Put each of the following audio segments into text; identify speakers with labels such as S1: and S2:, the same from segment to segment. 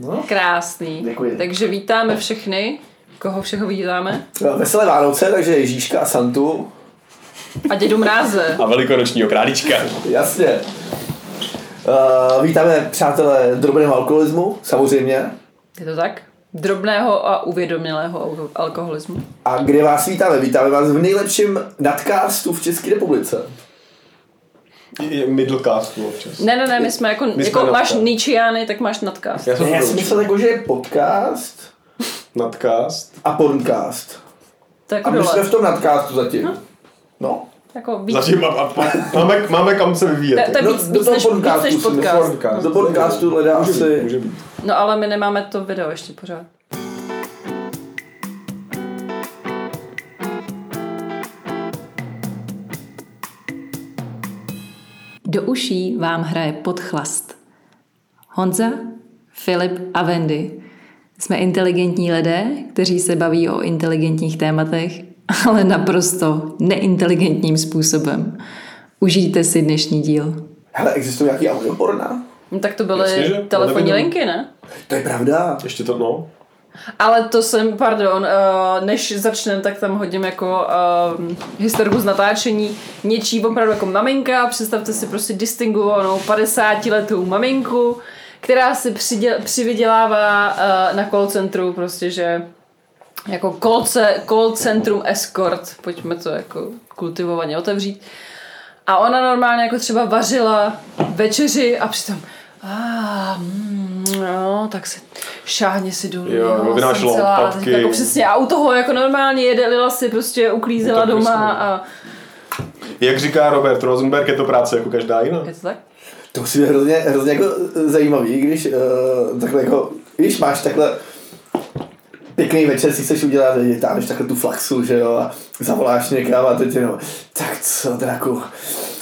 S1: No.
S2: Krásný.
S1: Děkuji.
S2: Takže vítáme všechny. Koho všeho vítáme?
S1: No, Veselé Vánoce, takže Ježíška a Santu.
S2: A dědu mráze.
S3: A velikonočního králíčka.
S1: Jasně. Uh, vítáme přátelé drobného alkoholismu, samozřejmě.
S2: Je to tak? Drobného a uvědomělého alko- alkoholismu.
S1: A kde vás vítáme? Vítáme vás v nejlepším nadcastu v České republice.
S3: Je middlecastu občas.
S2: Ne, ne, ne, my jsme jako,
S3: jsme
S2: jako
S3: nadcast.
S2: máš Nietzscheány, tak máš nadcast.
S3: Já
S1: Ne,
S3: jsem
S1: já jsem
S3: Bruč.
S1: myslel jako, že je podcast
S3: Nadcast.
S1: a porncast.
S2: To je jako
S1: A my jsme
S2: dole.
S1: v tom nadcastu zatím. No.
S2: Jako víc,
S3: Zatím má, a, máme, máme kam se vyvíjet.
S2: To je
S1: no,
S2: víc- víc než- víc než
S1: si myslím.
S2: podcast.
S3: Podcast.
S1: Do podcastu hledá
S3: Může
S1: asi-
S3: být, může být.
S2: No ale my nemáme to video ještě pořád. Do uší vám hraje podchlast. Honza, Filip a Wendy. Jsme inteligentní lidé, kteří se baví o inteligentních tématech, ale naprosto neinteligentním způsobem. Užijte si dnešní díl.
S1: Hele, existují nějaký audioporna?
S2: No, tak to
S3: Jasně,
S2: byly
S3: že?
S2: telefonní
S3: Ale nevím.
S2: linky, ne?
S1: To je pravda.
S3: Ještě to, no.
S2: Ale to jsem, pardon, eh, než začneme, tak tam hodím jako eh, historiku z natáčení něčí opravdu jako maminka. Představte si prostě distinguovanou 50-letou maminku, která si přiděl, přivydělává eh, na call centru prostě, že jako call, ce- call centrum escort, pojďme to jako kultivovaně otevřít. A ona normálně jako třeba vařila večeři a přitom a, mm, no, tak si šáhně si dolů.
S3: Jo,
S2: no, jsem
S3: vynášela
S2: celá,
S3: odpadky.
S2: teď Jako přesně, a u toho jako normálně jedelila si, prostě uklízela
S3: No, tak
S2: doma
S3: přesně.
S2: a
S3: Jak říká Robert Rosenberg, je to práce jako každá jiná.
S2: je to tak?
S1: To musí být hrozně, hrozně jako zajímavý, když uh, takhle jako, když máš takhle pěkný večer si chceš udělat, vytáhneš takhle tu flaxu, že jo, a zavoláš někam a teď jenom, tak co draku,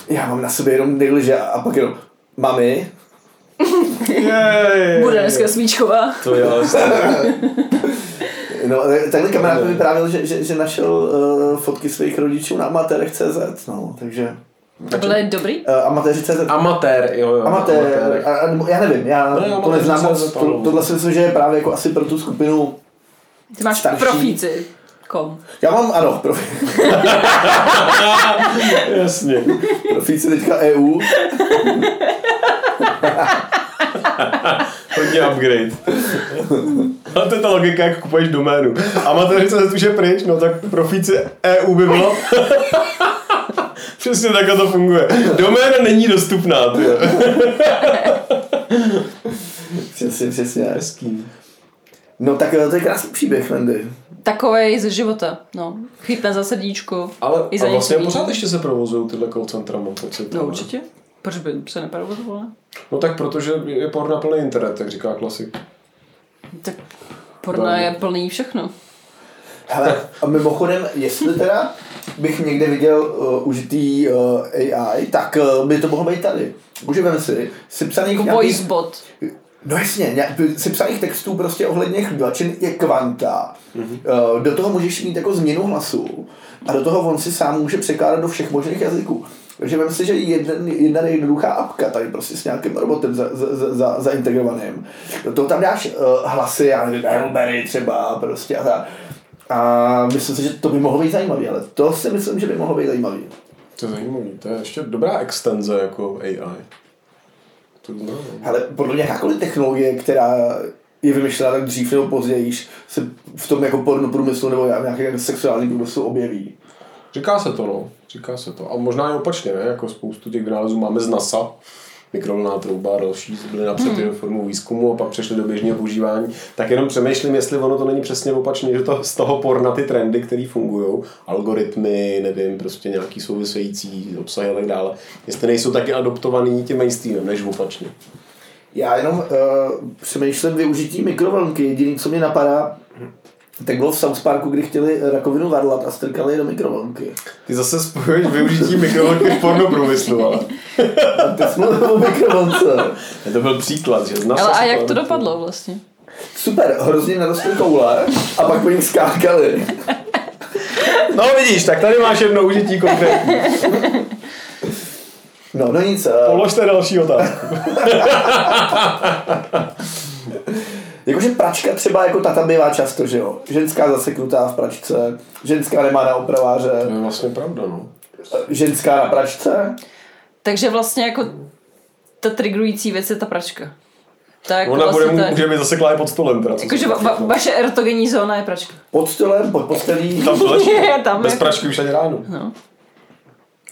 S1: já mám na sobě jenom negliže a, a pak jenom, mami,
S3: Jej.
S2: Bude dneska svíčková.
S3: To je ale
S1: no ale takhle kamarád mi vyprávěl, že, že, že našel uh, fotky svých rodičů na amatérech.cz, no, takže,
S2: To bylo dobrý?
S1: uh, amatéři.cz,
S3: Amatér, jo, jo.
S1: Amatér, a, a, nebo já nevím, já
S3: Ne,
S1: to
S3: amatér
S1: neznám
S3: se
S1: moc,
S3: zapadlo.
S1: to, tohle si myslím, že je právě jako asi pro tu skupinu
S2: Ty máš
S1: Starší.
S2: profíci. Kom.
S1: Já mám, ano, pro,
S3: Jasně.
S1: profíci teďka E EU,
S3: Hodně upgrade. Ale to je ta logika, jak kupuješ doménu. Amatéřice se už je pryč, no tak profíci EU by bylo. Přesně takhle to funguje. Doména není dostupná, ty.
S1: přesně, přesně.
S3: Hezký.
S1: No tak eh, to je krásný příběh, Wendy.
S2: Takovej ze života, no. Chytne za srdíčko.
S3: Ale
S2: I za
S3: a vlastně
S2: něco
S3: pořád
S2: jiného.
S3: ještě se provozují tyhle call centra, mám pocit.
S2: No
S3: ale-
S2: určitě. Proč by se neprovozovala?
S3: No tak protože je porna plný internet, jak říká klasik.
S2: Tak porno
S3: Velmi.
S2: je plný všechno. Jako
S1: Hele, a mimochodem, jestli teda bych někde viděl uh, užitý uh, AI, tak uh, by to mohlo být tady. Už vem si, si psaných
S2: Jako voice bot.
S1: No jasně, nějak- si psaných textů prostě ohledně chudlačin je kvanta. Mm-hmm. Do toho můžeš mít jako změnu hlasu a do toho on si sám může překládat do všech možných jazyků. Takže vem si, že jeden, jedna jednoduchá apka tady prostě s nějakým robotem za, za, za- za, zaintegrovaným. Do toho tam dáš uh, hlasy, já nevím, Elberry třeba prostě a tak. A myslím si, že to by mohlo být zajímavý, ale to si myslím, že by mohlo být zajímavý.
S3: To je zajímavý, to je ještě dobrá extenze jako AI. To znám.
S1: Ale podle mě jakákoliv technologie, která je vymyšlená tak dřív nebo později, se v tom jako porno průmyslu nebo nějaký jako sexuální průmyslu objeví.
S3: Říká se to, no. Říká se to. A možná i opačně, ne? Jako spoustu těch vynálezů máme z NASA. Mikrovlná trouba a další byly napřed hmm. formou výzkumu a pak přešly do běžného používání. Tak jenom přemýšlím, jestli ono to není přesně opačně, že to z toho porna ty trendy, které fungují, algoritmy, nevím, prostě nějaký související obsahy a tak dále, jestli nejsou taky adoptovaný tím mainstreamem, než opačně.
S1: Já jenom uh, přemýšlím využití mikrovlnky. Jediný, co mě napadá, tak bylo v South Parku, kdy chtěli rakovinu varlat a strkali je do mikrovlnky.
S3: Ty zase spojuješ využití mikrovlnky v porno průmyslu, ale
S1: A teď jsme o mikrovlnce.
S3: to byl příklad, že z NASA
S2: Ale a
S3: se
S2: jak to
S3: adoptuje.
S2: dopadlo vlastně?
S1: Super, hrozně narostly koule a pak po nich skákali.
S3: No vidíš, tak tady máš jedno užití konkrétní.
S1: No, no nic. eh,
S3: Položte další otázku.
S1: Jakože pračka třeba jako tata bývá často, že jo. Ženská zaseknutá v pračce, ženská nemá na opraváře,
S3: To je vlastně pravda, no.
S1: ženská na pračce.
S2: Takže vlastně jako ta triggerující věc je ta pračka. Tak
S3: Ona
S2: vlastně
S3: bude,
S2: to je-
S3: může být zaseklá i pod stolem. Teda, co
S2: Jakože
S3: se
S2: va-
S3: týká,
S2: va-
S3: no.
S2: vaše erotogenní zóna je pračka.
S1: Pod stolem, pod postelí.
S3: Tam společně.
S2: Je, tam
S3: Bez
S2: je.
S3: pračky už ani ráno.
S2: No.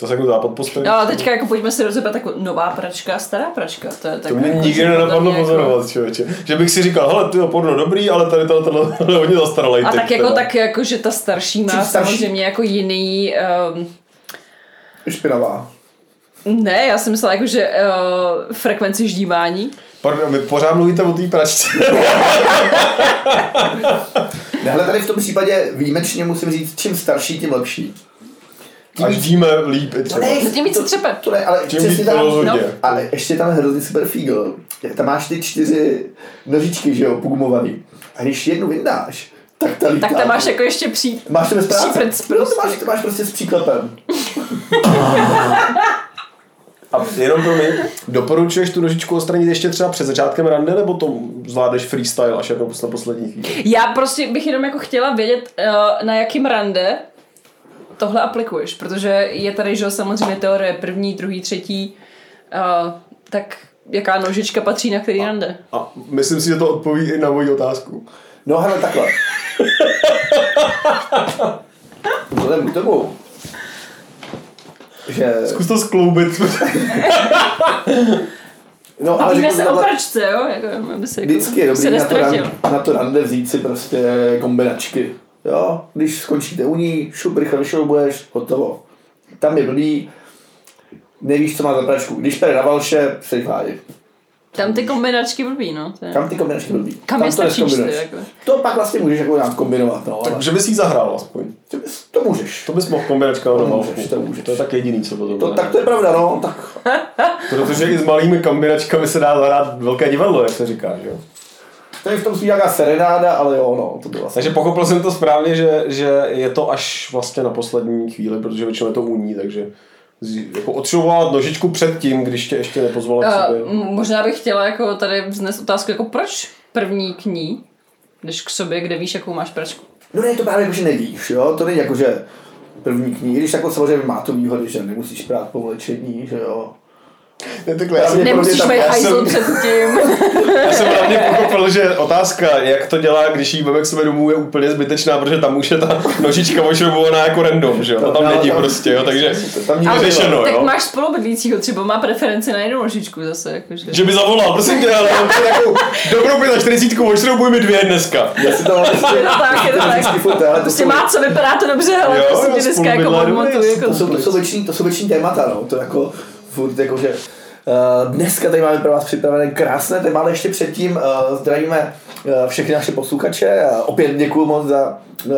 S3: To se jako dá pod postel.
S2: No ale teďka jako pojďme si rozebrat jako nová pračka, stará pračka. To, je tak
S3: To mě
S2: jako,
S3: nikdy
S2: že
S3: nenapadlo
S2: podle mě
S3: pozorovat, člověče. Že bych si říkal, hele, ty jo, porno dobrý, ale tady tohle, tohle, tohle je hodně zastaralej.
S2: A
S3: typ,
S2: tak jako,
S3: teda.
S2: tak jako, že ta starší má
S1: Čím starší?
S2: samozřejmě jako jiný... Um,
S1: Špinavá.
S2: ne, já jsem myslela jako, že uh, frekvenci ždímání.
S3: Pardon, vy pořád mluvíte o té pračce.
S1: Ne, ale tady v tom případě výjimečně musím říct, čím starší, tím lepší.
S3: Až víme líp i třeba.
S1: Ne,
S2: Zatím víc se třepe.
S1: To ne, ale
S3: Čím víc
S1: přesně
S3: to
S1: tam,
S3: rozhodně.
S2: no.
S1: Ale ještě tam hrozně super fígl. Tam máš ty čtyři nožičky, že jo, pogumovaný. A když jednu vyndáš, tak ta lítá.
S2: Tak tam máš jako ještě přijít.
S1: Máš to bez práce.
S2: Příprc
S1: No, to máš, to máš prostě s příklepem.
S3: A jenom pro mě, doporučuješ tu nožičku odstranit ještě třeba před začátkem rande, nebo to zvládneš freestyle až jako na poslední chvíli?
S2: Já prostě bych jenom jako chtěla vědět, eh, na jakým rande tohle aplikuješ, protože je tady, že jo, samozřejmě teorie první, druhý, třetí, eh, tak jaká nožička patří na který rande.
S3: A myslím si, že to odpoví i na moji otázku.
S1: No hele, takhle. Vzhledem k tomu, že...
S3: Zkus to skloubit.
S1: No, ale
S2: Bavíme
S1: řeknu
S2: se
S1: to
S2: o
S1: takhle.
S2: pračce, jo? Jako, aby se, jako,
S1: Vždycky je
S2: se
S1: dobrý na to,
S2: nestratil.
S1: rande, na to rande vzít si prostě kombinačky. Jo, když skončíte u ní, šup, rychle vyšroubuješ, hotovo. Tam je blbý, nevíš, co má za pračku. Když pere na valše, přeji fáji.
S2: Tam ty kombinačky blbý, no. To je.
S1: Kam ty kombinačky blbý?
S2: Kam je
S1: Tam to
S2: stačíš ty,
S1: neskombinuješ.
S2: jako.
S1: To pak vlastně můžeš jako nějak kombinovat, no, ale
S3: Takže bys jí zahrál aspoň.
S1: to bys- to můžeš.
S3: To bys mohl kombinačka na
S1: můžeš,
S3: malku.
S1: to můžeš.
S3: No, to je tak jediný, co bylo
S1: To, tak to je pravda, no, tak
S3: Protože i s malými kombinačkami se dá zahrát velké divadlo, jak se říká, že jo.
S1: to je v tom spíš nějaká serenáda, ale jo, no, to bylo asi.
S3: Takže pochopil jsem to správně, že, že je to až vlastně na poslední chvíli, protože většinou je to u ní, takže z- jako odšouvovat nožičku před tím, když tě ještě nepozvala k
S2: Uh,
S3: sobě.
S2: možná bych chtěla jako tady vznes otázku, jako proč první k ní, když k sobě, kde víš, jakou máš pračku.
S1: No ne, to právě jako, že nevíš, jo, to není jako, že první knihy, když jako samozřejmě má to výhody, že nemusíš prát po vlečení, že jo.
S3: Ne, takhle, já, jsem,
S1: Mě
S2: Nemusíš
S1: tam-
S2: mít
S3: já
S2: hajzl
S3: jsem-
S2: před tím.
S3: já jsem hlavně pochopil, že otázka, jak to dělá, když jí veme k sobě domů, je úplně zbytečná, protože tam už je ta nožička ošroubovaná jako random, že jo. To tam
S1: No,
S3: není
S1: tam-
S3: prostě, jo, takže
S1: Tam nikdo
S3: Ale-
S1: nebyl.
S3: řešeno,
S2: tak
S3: No, jo.
S2: máš spolubydlícího, třeba má preferenci na jednu nožičku zase, jakože.
S3: že by zavolal, prosím tě, ale mám tady takovou dobrou 45, ošroubuj mi dvě dneska.
S1: Já si tam
S2: Je to tak, je to tak.
S1: ale No, to
S2: Prostě
S1: jsou,
S2: má co, vypadá to dobře, ale
S3: Jo,
S2: to se
S3: jo,
S2: mě dneska jako
S3: spolubydlá je
S2: odmotu,
S3: dobrý,
S1: to
S2: jako.
S1: jsou, to jsou, věční, to jsou věční témata, no. To jako, furt jako, že Uh, dneska tady máme pro vás připravené krásné téma, ale ještě předtím uh, zdravíme uh, všechny naše posluchače a opět děkuji moc za uh,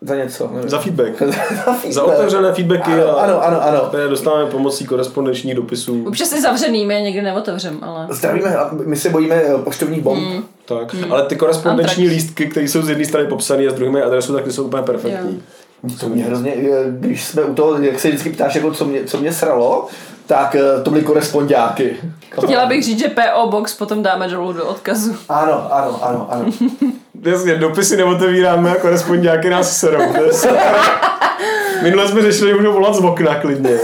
S1: za něco. Nevím.
S3: Za feedback.
S1: za,
S3: Za
S1: feedback.
S3: otevřené feedbacky
S1: Ano,
S3: a
S1: ano, ano, ano.
S3: které dostáváme pomocí korespondenčních dopisů.
S2: Občas i zavřený, my je někdy neotevřem, ale...
S1: Zdravíme, my se bojíme eh, poštovních bomb. Mm.
S3: Tak,
S2: Hmm.
S3: ale ty korespondenční
S2: Antrax.
S3: lístky, které jsou z jedné strany popsané a z druhé mají adresu, tak ty jsou úplně perfektní.
S1: To mě hrozně, eh, když jsme u toho, jak se vždycky ptáš, jako co mě, co mě sralo, tak eh, to byly korespondáky.
S2: Chtěla bych říct, že PO Box potom dáme dolů do odkazu.
S1: Ano, ano, ano, ano.
S3: Jasně, dopisy neotevíráme a korespondáky nás serou. To je super. Minule jsme řešili, že můžou volat z okna klidně.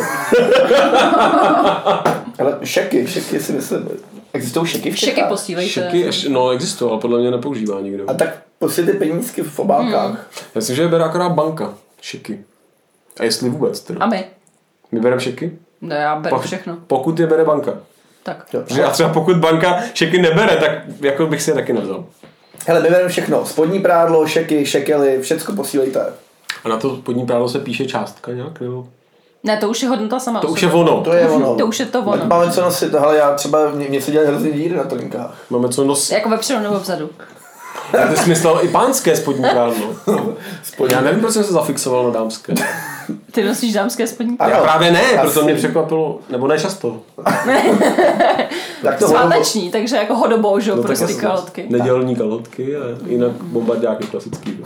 S1: Ale šeky, šeky si myslím. Existují šeky v
S2: Všechny
S1: Čechách?
S2: posílejte.
S3: ještě, no existoval, podle mě nepoužívá nikdo.
S1: A tak prostě ty penízky v obálkách.
S2: Hmm.
S3: Já myslím, že je bere akorát banka. Šiky. A jestli vůbec teda.
S2: A my?
S3: My bereme šiky?
S2: No já beru všechno.
S3: Pokud je bere banka.
S2: Tak.
S1: Jo.
S3: Že já třeba pokud banka šiky nebere, tak jako bych si je taky nevzal.
S1: Hele, my bereme všechno. Spodní prádlo, šeky, šekely, všecko posílejte.
S3: A na to spodní právo se píše částka nějak, nebo?
S2: Ne, to už je hodnota sama.
S3: To
S2: o
S3: už je
S2: sobě.
S3: ono.
S1: To je ono.
S2: To už je to ono.
S1: Máme co nosit, hele, já třeba, mě, mě se dělají hrozně díry na trinkách.
S3: Máme co nos.
S2: Jako vepředu nebo vzadu.
S3: Já ty jsi myslel i pánské spodní prádlo.
S1: Spodní.
S3: Já nevím, proč jsem se zafixoval na dámské.
S2: Ty nosíš dámské spodní?
S1: Ano,
S3: Já právě ne,
S1: asi.
S3: proto mě překvapilo, nebo ne často.
S1: Tak to ono,
S2: Sváteční, takže jako hodobou, že jo,
S3: No, tak
S2: prostě
S3: asi-
S2: kalotky.
S3: Nedělní kalotky a jinak bombardáky
S1: Mm.
S3: klasický.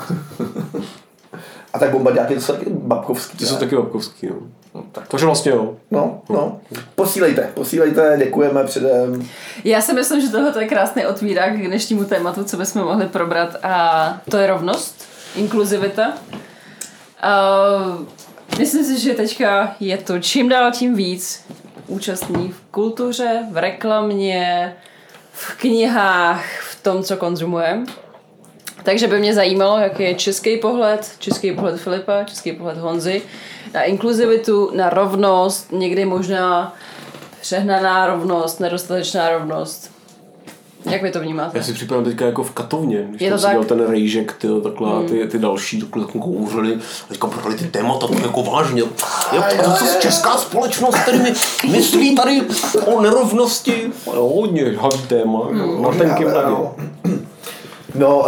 S1: a tak bombardáky, to jsou taky babkovský.
S3: Ty jsou
S1: ne?
S3: taky obkovský, no. No, tak to, že vlastně jo.
S1: No, no. Posílejte, posílejte, děkujeme předem.
S2: Já si myslím, že tohle je krásný otvírák k dnešnímu tématu, co bychom mohli probrat. A to je rovnost, inkluzivita. Uh, myslím si, že teďka je to čím dál tím víc účastní v kultuře, v reklamě, v knihách, v tom, co konzumujeme. Takže by mě zajímalo, jaký je český pohled, český pohled Filipa, český pohled Honzy na inkluzivitu, na rovnost, někdy možná přehnaná rovnost, nedostatečná rovnost. Jak vy to vnímáte?
S3: Já si připadám teďka jako v katovně, když
S2: Je
S3: tam
S2: to
S3: seděl
S2: tak? Hmm.
S3: ten rejžek, ty, takhle, a ty, ty další takhle jako kouřili a teďka brali ty témata tak jako vážně. Jo,
S1: A
S3: tak
S1: jo,
S3: zase
S1: jo, jo.
S3: česká společnost, který mi myslí tady o nerovnosti. Jo, hodně žhavý téma,
S2: Hmm.
S3: mm. na tenkým
S1: Ale
S3: radě.
S1: ano. No, uh,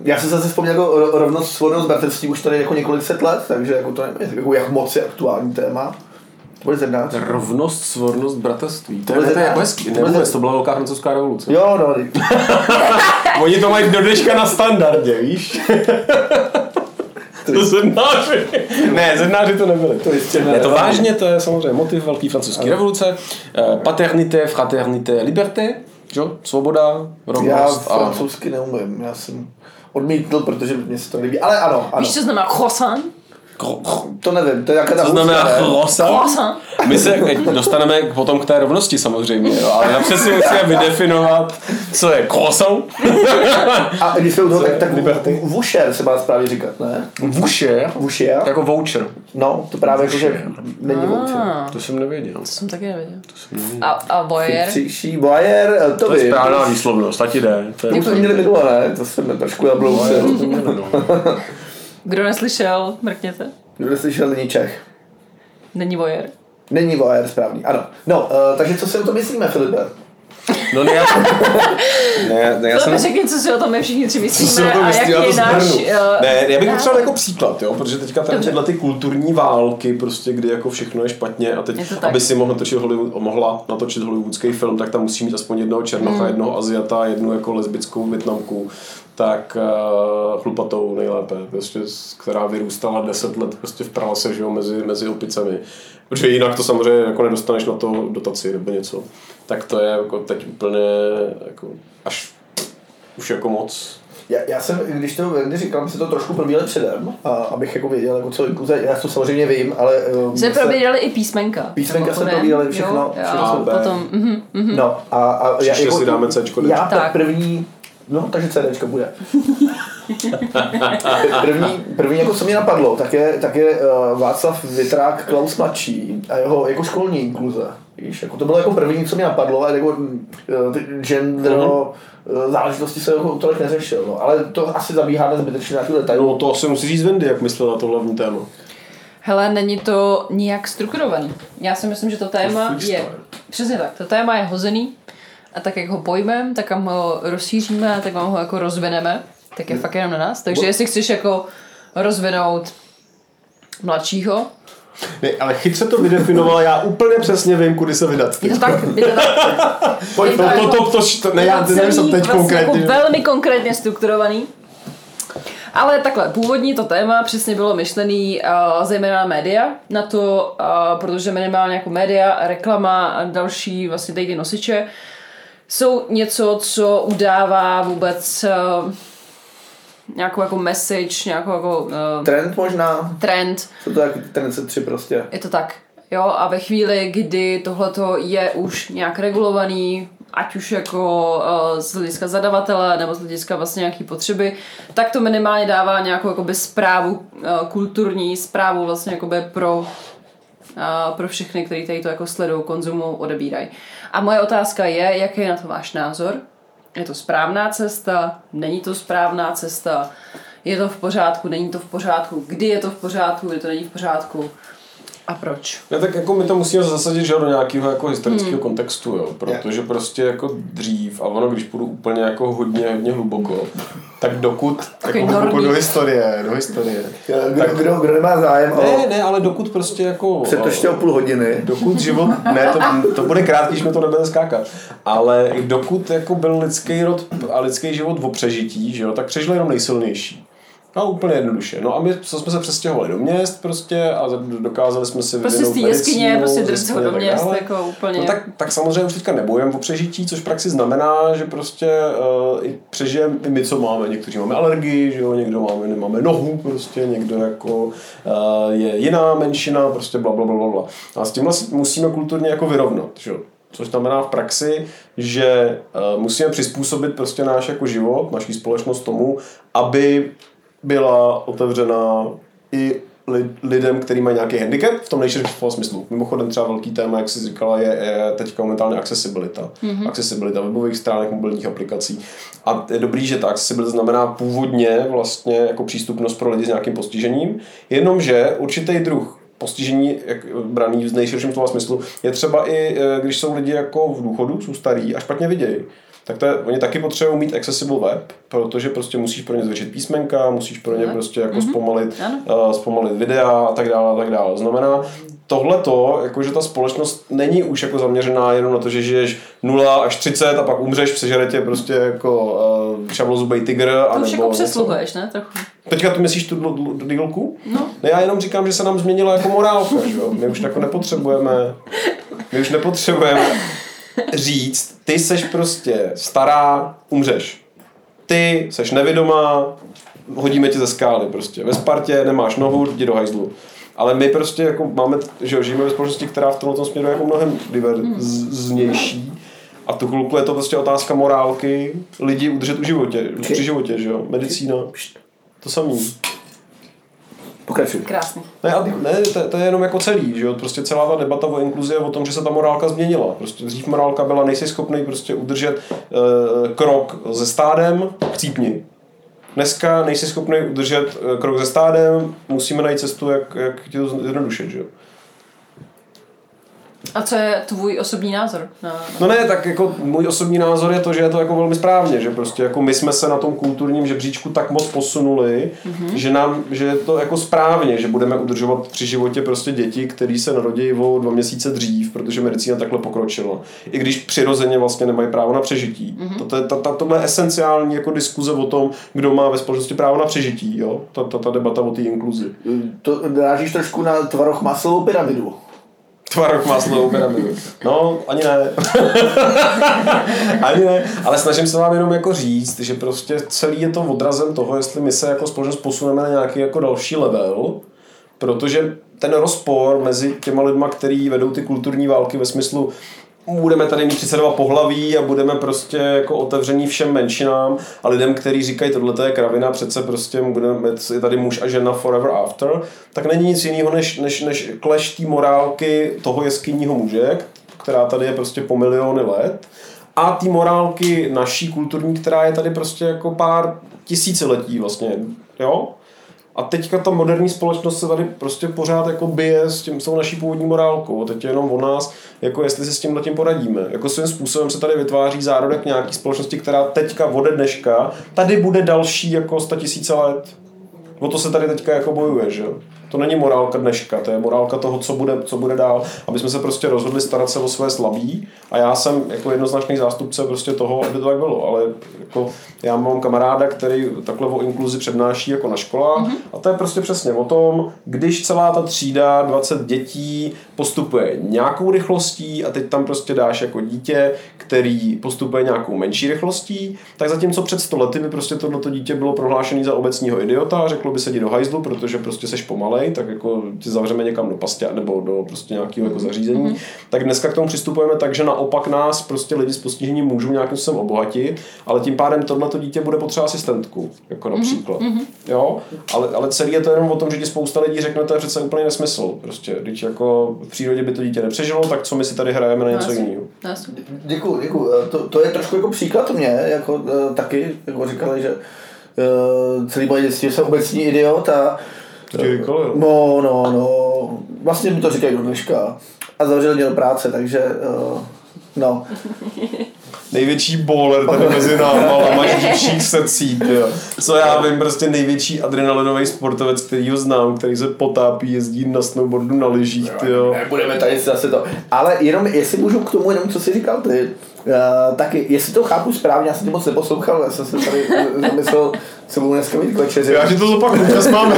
S1: já jsem zase vzpomněl jako ro- rovnost, svornost, bratrství už tady jako několik set let, takže jako to nevím, jako jak moc je aktuální téma. To bude ze nás.
S3: Rovnost, svornost, bratrství. To,
S1: To
S3: je,
S1: je-
S3: to je jako hezký. Ne,
S1: to je-
S3: vůbec, to byla velká francouzská revoluce.
S1: Jo, no, teď-
S3: Oni to mají do dneška na standardě, víš? to zednáři. Ne, zednáři to nebyli.
S1: To jistě ne.
S3: ne, to vážně, to je samozřejmě motiv velký francouzské revoluce. Eh, Paternité, fraternité, liberté. Jo? Svoboda,
S1: já
S3: rovnost a...
S1: francouzsky neumím, já jsem odmítl, protože mě se to líbí. Ale ano, ano.
S2: Víš, co znamená croissant?
S3: Kro- kro-
S1: To nevím, to je jaká ta
S3: To znamená
S1: hůzka, ne?
S3: chlosa.
S2: Croissant?
S3: My se dostaneme k- potom k té rovnosti samozřejmě, jo, ale napřed si musíme vydefinovat, co je croissant,
S1: A když jsme u toho, tak, tak
S3: Liberty.
S1: Voucher se má správně říkat, ne?
S3: voucher,
S1: Voucher?
S3: jako voucher.
S1: No, to právě jako, že není voucher.
S2: Ah,
S3: To jsem nevěděl.
S2: to jsem taky nevěděl. A, a voyeur?
S1: Příší Bayer, eh, to,
S3: To je
S1: vím.
S3: správná výslovnost, ta ti jde. To je
S1: Už jsme měli minule, ne? To jsem trošku zablousil.
S2: Kdo neslyšel, mrkněte.
S1: Kdo slyšel, není Čech.
S2: Není voyeur.
S1: Není Bayer správný, ano. No, uh, takže co si o to myslíme, Filipe?
S3: No ne, já, ne, ne, já
S2: To
S3: jsem...
S2: mi řekni, co si o tom my všichni tři
S3: Co si
S2: myslíme
S3: o tom
S2: a
S3: myslí,
S2: jaký
S3: já to
S2: je náš...
S3: shrnu.
S2: eh,
S3: Ne, já bych
S2: názor.
S3: potřeboval jako příklad, jo, protože teďka tady
S2: Dobře.
S3: tyhle ty kulturní války, prostě, kdy jako všechno je špatně a teď,
S2: Je to tak.
S3: aby si mohl natočit Hollywood, mohla natočit hollywoodský film, tak tam musí mít aspoň jednoho
S2: Hmm.
S3: černocha, jednoho Aziata, jednu jako lesbickou větnamku, tak uh, chlupatou nejlépe, prostě, s- která vyrůstala 10 let prostě v pralese, že jo, mezi, mezi opicemi. Protože jinak to samozřejmě jako nedostaneš na to dotaci nebo něco. Tak to je jako teď úplně jako až už jako moc.
S1: Já, já jsem, když to Wendy říkal, jsem to trošku probíral předem, a, abych jako věděl, jako co inkluze, já to samozřejmě vím, ale... Um,
S2: Jsme probírali i písmenka.
S1: Písmenka
S2: Nebo to
S1: jsme
S2: ne?
S1: probírali všechno,
S2: Jo,
S1: všechno
S2: jo,
S3: jsou-
S2: potom, mhm.
S1: No, a, a
S3: Příště si dáme Cčko,
S1: Já
S3: dečko.
S1: tak.
S2: Tak.
S1: první, no, takže CDčko bude. první, první, jako co mě napadlo, tak je, tak je uh, Václav Vitrák Klaus mladší a jeho jako školní inkluze. Víš, jako to bylo jako první, co mě napadlo, ale jako uh, gender mm-hmm. záležitosti se jako tolik neřešil, no. ale to asi zabíháme zbytečně na tyhle
S3: No to asi musí říct Wendy, jak myslel na to hlavní téma.
S2: Hele, není to nijak strukturovaný. Já si myslím, že to téma
S3: freestyle.
S2: je... Přesně tak, to téma je hozený a tak, jak ho pojmem, tak kam ho rozšíříme a tak vám ho jako rozvineme, tak je
S3: Hmm.
S2: fakt jenom na nás. Takže jestli chceš jako rozvinout mladšího,
S3: Ne, ale chytře to vydefinoval, já úplně přesně vím, kudy se vydat.
S2: je to tak, je to tak
S3: Pojď,
S2: je
S3: to,
S2: to
S3: to,
S2: jako-
S3: to, to, to, ne, já
S2: to celý
S3: nevím, co teď
S2: vlastně
S3: konkrétně.
S2: Jako velmi konkrétně strukturovaný. Ale takhle, původní to téma přesně bylo myšlený uh, zejména na média, na to, uh, protože minimálně jako média, reklama a další vlastně tady ty nosiče jsou něco, co udává vůbec uh, nějakou jako message, nějakou jako uh,
S1: Trend možná,
S2: trend,
S1: to tak trend se tři prostě.
S2: je to tak. Jo, a ve chvíli, kdy tohleto je už nějak regulovaný, ať už jako uh, z hlediska zadavatele nebo z hlediska vlastně nějaký potřeby, tak to minimálně dává nějakou jakoby zprávu uh, kulturní, zprávu vlastně jakoby pro uh, pro všechny, kteří tady to jako sledují, konzumují, odebírají. A moje otázka je, jaký je na to váš názor? Je to správná cesta? Není to správná cesta? Je to v pořádku? Není to v pořádku? Kdy je to v pořádku? Kdy to není v pořádku? A proč?
S3: Ne, tak jako my to musíme zasadit že, jo, do nějakého jako historického hmm. kontextu, jo, protože prostě jako dřív, a ono, když půjdu úplně jako hodně, hodně hluboko, tak dokud,
S2: Takový
S3: jako hluboko
S2: norník.
S3: do historie, do historie.
S1: Kdo, kdo, kdo nemá zájem
S3: Ne,
S1: o...
S3: ne, ale dokud prostě jako...
S1: Před to ještě o půl hodiny.
S3: Dokud život, ne, to, to bude krátký, když mi to nebude skákat, ale dokud jako byl lidský rod a lidský život o přežití, že jo, tak přežil jenom nejsilnější. A úplně jednoduše. No a my co jsme se přestěhovali do měst prostě a dokázali jsme si
S2: Prostě z té
S3: vyvinout
S2: jeskyně,
S3: medicínu,
S2: prostě
S3: z
S2: drc ho do
S3: jeskyně a tak
S2: měst,
S3: dále.
S2: jako úplně.
S3: No tak, tak samozřejmě už teďka nebojujeme o přežití, což v praxi znamená, že prostě uh, i přežijeme i my, co máme. Někteří máme alergii, že jo, někdo máme, nemáme nohu, prostě někdo jako uh, je jiná menšina, prostě bla, bla, bla, bla, bla. A s tímhle si musíme kulturně jako vyrovnat, že jo. Což znamená v praxi, že uh, musíme přizpůsobit prostě náš jako život, naší společnost tomu, aby byla otevřená i li- lidem, který mají nějaký handicap v tom nejširším slova smyslu. Mimochodem třeba velký téma, jak jsi říkala, je, je teďka momentálně accessibilita. Mm-hmm. Accessibilita webových stránek, mobilních aplikací. A je dobrý, že ta accessibilita znamená původně vlastně jako přístupnost pro lidi s nějakým postižením, jenomže určitý druh postižení jak, braný v nejširším slova smyslu je třeba i, eh, když jsou lidi jako v důchodu, jsou starý a špatně vidějí tak to je, oni taky potřebují mít accessible web, protože prostě musíš pro ně zvětšit písmenka, musíš pro ně
S2: Mhm.
S3: prostě jako zpomalit,
S2: Ano.
S3: uh, zpomalit videa a tak dále a tak dále. Znamená, tohle to, jakože ta společnost není už jako zaměřená jenom na to, že žiješ 0 až 30 a pak umřeš, přežere tě prostě jako uh, šablozubej tygr. a
S2: To už
S3: nebo
S2: jako
S3: něco.
S2: přesluhuješ, ne? Trochu.
S3: Teďka tu myslíš tu dl- dl- dílku?
S2: No.
S3: Ne, já jenom říkám, že se nám změnila jako morálka, že jo? My už jako nepotřebujeme, my už nepotřebujeme říct, ty seš prostě stará, umřeš. Ty seš nevědomá, hodíme tě ze skály prostě. Ve Spartě nemáš nohu, jdi do hajzlu. Ale my prostě jako máme, že jo, žijeme ve společnosti, která v tomto směru je jako mnohem diverznější. A tu chvilku je to prostě otázka morálky, lidi udržet u životě, při životě, že jo, medicína, to samý.
S1: Pokračuj.
S2: Krásný.
S3: Ne, a- ne to, to, je jenom jako celý, že jo? Prostě celá ta debata o inkluzi je o tom, že se ta morálka změnila. Prostě dřív morálka byla, nejsi schopný prostě udržet e, krok ze stádem, chcípni. Dneska nejsi schopný udržet e, krok ze stádem, musíme najít cestu, jak, jak ti to zjednodušit, že jo?
S2: A co je tvůj osobní názor? Na...
S3: No ne, tak jako můj osobní názor je to, že je to jako velmi správně, že prostě jako my jsme se na tom kulturním žebříčku tak moc posunuli, mm-hmm. že nám, že je to jako správně, že budeme udržovat při životě prostě děti, které se narodí o dva měsíce dřív, protože medicína takhle pokročila. I když přirozeně vlastně nemají právo na přežití. Mm-hmm. To, je- ta, ta, tohle je esenciální jako diskuze o tom, kdo má ve společnosti právo na přežití, jo? Ta, ta, ta debata o té inkluzi.
S1: To narážíš trošku na tvaroch maslovou pyramidu.
S3: Tvarok maslovou pyramidu. No, ani ne. ani ne. Ale snažím se vám jenom jako říct, že prostě celý je to odrazem toho, jestli my se jako společnost posuneme na nějaký jako další level, protože ten rozpor mezi těma lidma, který vedou ty kulturní války ve smyslu budeme tady mít 32 pohlaví a budeme prostě jako otevření všem menšinám a lidem, kteří říkají, tohle je kravina, přece prostě budeme, je tady muž a žena forever after, tak není nic jiného než, než, než clash té morálky toho jeskynního muže, která tady je prostě po miliony let a té morálky naší kulturní, která je tady prostě jako pár tisíciletí vlastně, jo? A teďka ta moderní společnost se tady prostě pořád jako bije s tím, s tou naší původní morálkou. A teď je jenom o nás, jako jestli si s tím letím poradíme. Jako svým způsobem se tady vytváří zárodek nějaký společnosti, která teďka ode dneška, tady bude další jako 100 tisíce let. O to se tady teďka jako bojuje, že jo? To není morálka dneška, to je morálka toho, co bude, co bude dál. Aby jsme se prostě rozhodli starat se o své slabí a já jsem jako jednoznačný zástupce prostě toho, aby to tak bylo. Ale jako já mám kamaráda, který takhle o inkluzi přednáší jako na školách mm-hmm. a to je prostě přesně o tom, když celá ta třída 20 dětí postupuje nějakou rychlostí a teď tam prostě dáš jako dítě, který postupuje nějakou menší rychlostí, tak zatímco před 100 lety by prostě tohleto dítě bylo prohlášené za obecního idiota a řeklo by se jdi do hajzlu, protože prostě seš pomalej, tak jako tě zavřeme někam do pastě nebo do prostě nějakého jako zařízení. Tak dneska k tomu přistupujeme tak, že naopak nás prostě lidi s postižením můžou nějakým způsobem obohatit, ale tím pádem tohleto dítě bude potřeba asistentku, jako například. Jo? Ale, ale celý je to jenom o tom, že ti spousta lidí řekne, to je přece úplně nesmysl. Prostě, když jako v přírodě by to dítě nepřežilo, tak co my si tady hrajeme na něco
S2: Asi.
S3: jiného.
S2: Názor.
S1: Děkuju, děkuju. Eh, To, to je trošku jako příklad mě, jako eh, taky, jako říkali, že eh, celý moje dětství jsem obecní idiot a
S3: Ti říkali, jo.
S1: No, no, no. Vlastně mi to eh, říkají do dneška. A zavřeli mě do práce, takže... Uh, no.
S3: největší bowler tady mezi náma, a máš všech secí, tyjo. Co já vím, prostě největší adrenalinový sportovec, který ho znám, který se potápí, jezdí na snowboardu, na lyžích, tyjo.
S1: Nebudeme Eh, tady zase to. Ale jenom, jestli můžu k tomu, jenom co jsi říkal ty, Uh, taky, jestli to chápu správně, já jsem to moc neposlouchal, já jsem se tady eh, zamyslel, co budu dneska mít k večeři.
S3: Já ti to zopakuju, čas máme.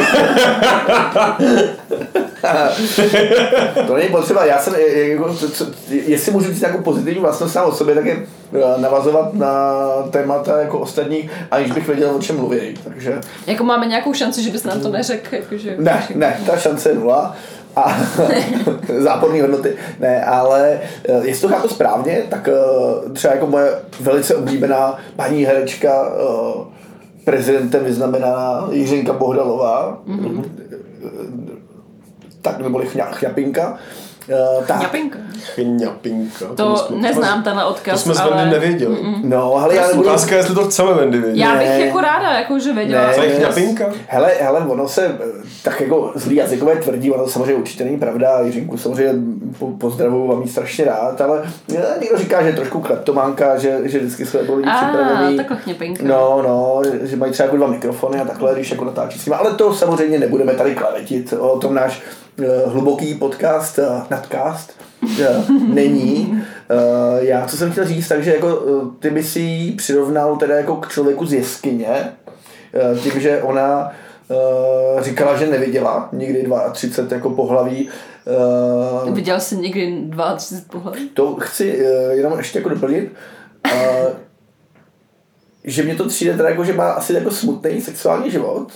S1: To není potřeba, já jsem, eh, eh, jako, co- co- jestli můžu říct nějakou pozitivní vlastnost sám o sobě, tak je eh, navazovat na témata jako ostatních, aniž bych věděl, o čem mluví. Takže
S2: Jako máme nějakou šanci, že bys nám to neřekl, jakože...
S1: ne, ne, ta šance je nula. A záporný hodnoty. Ne, ale eh, jestli to chápu správně, tak eh, třeba jako moje velice oblíbená paní herečka eh, prezidentem vyznamenaná Jiřinka Bohdalová, mm-hmm. tak neboli chňa, chňapinka, eh, tak,
S2: Japinka.
S3: Chňapinka.
S2: To
S3: jsme-
S2: neznám tenhle
S3: To
S2: odkaz,
S3: jsme s
S2: ale... Mm,
S3: Vendy nevěděli.
S1: No, ale já nebudu...
S3: Otázka, jestli to chceme Vendy vědět.
S2: Já
S1: Ne.
S2: bych jako ráda, jako, že věděla.
S1: Ne.
S3: To je chňapinka.
S1: Hele, hele, ono se eh, tak jako zlý jazykové tvrdí, ono samozřejmě určitě není pravda, Jiřinku samozřejmě po, pozdravuju, vám ji strašně rád, ale eh, někdo říká, že je trošku kleptománka, že, že vždycky jsou jako lidi
S2: A,
S1: připravený.
S2: takhle chněpinka.
S1: No, no, že mají třeba jako dva mikrofony a takhle, když jako natáčí s nimi. Ale to samozřejmě nebudeme tady klevetit. O tom náš eh, hluboký podcast, eh, nadcast, eh, není. Eh, já, co jsem chtěl říct, takže jako eh, ty by si ji přirovnal teda jako k člověku z jeskyně, eh, tím, že ona eh, říkala, že neviděla nikdy 32 jako pohlaví. eh,
S2: Viděl jsi někdy 32 pohlaví?
S1: to chci uh, jenom ještě jako doplnit, uh, že mě to přijde teda jako, že má asi jako smutný sexuální život.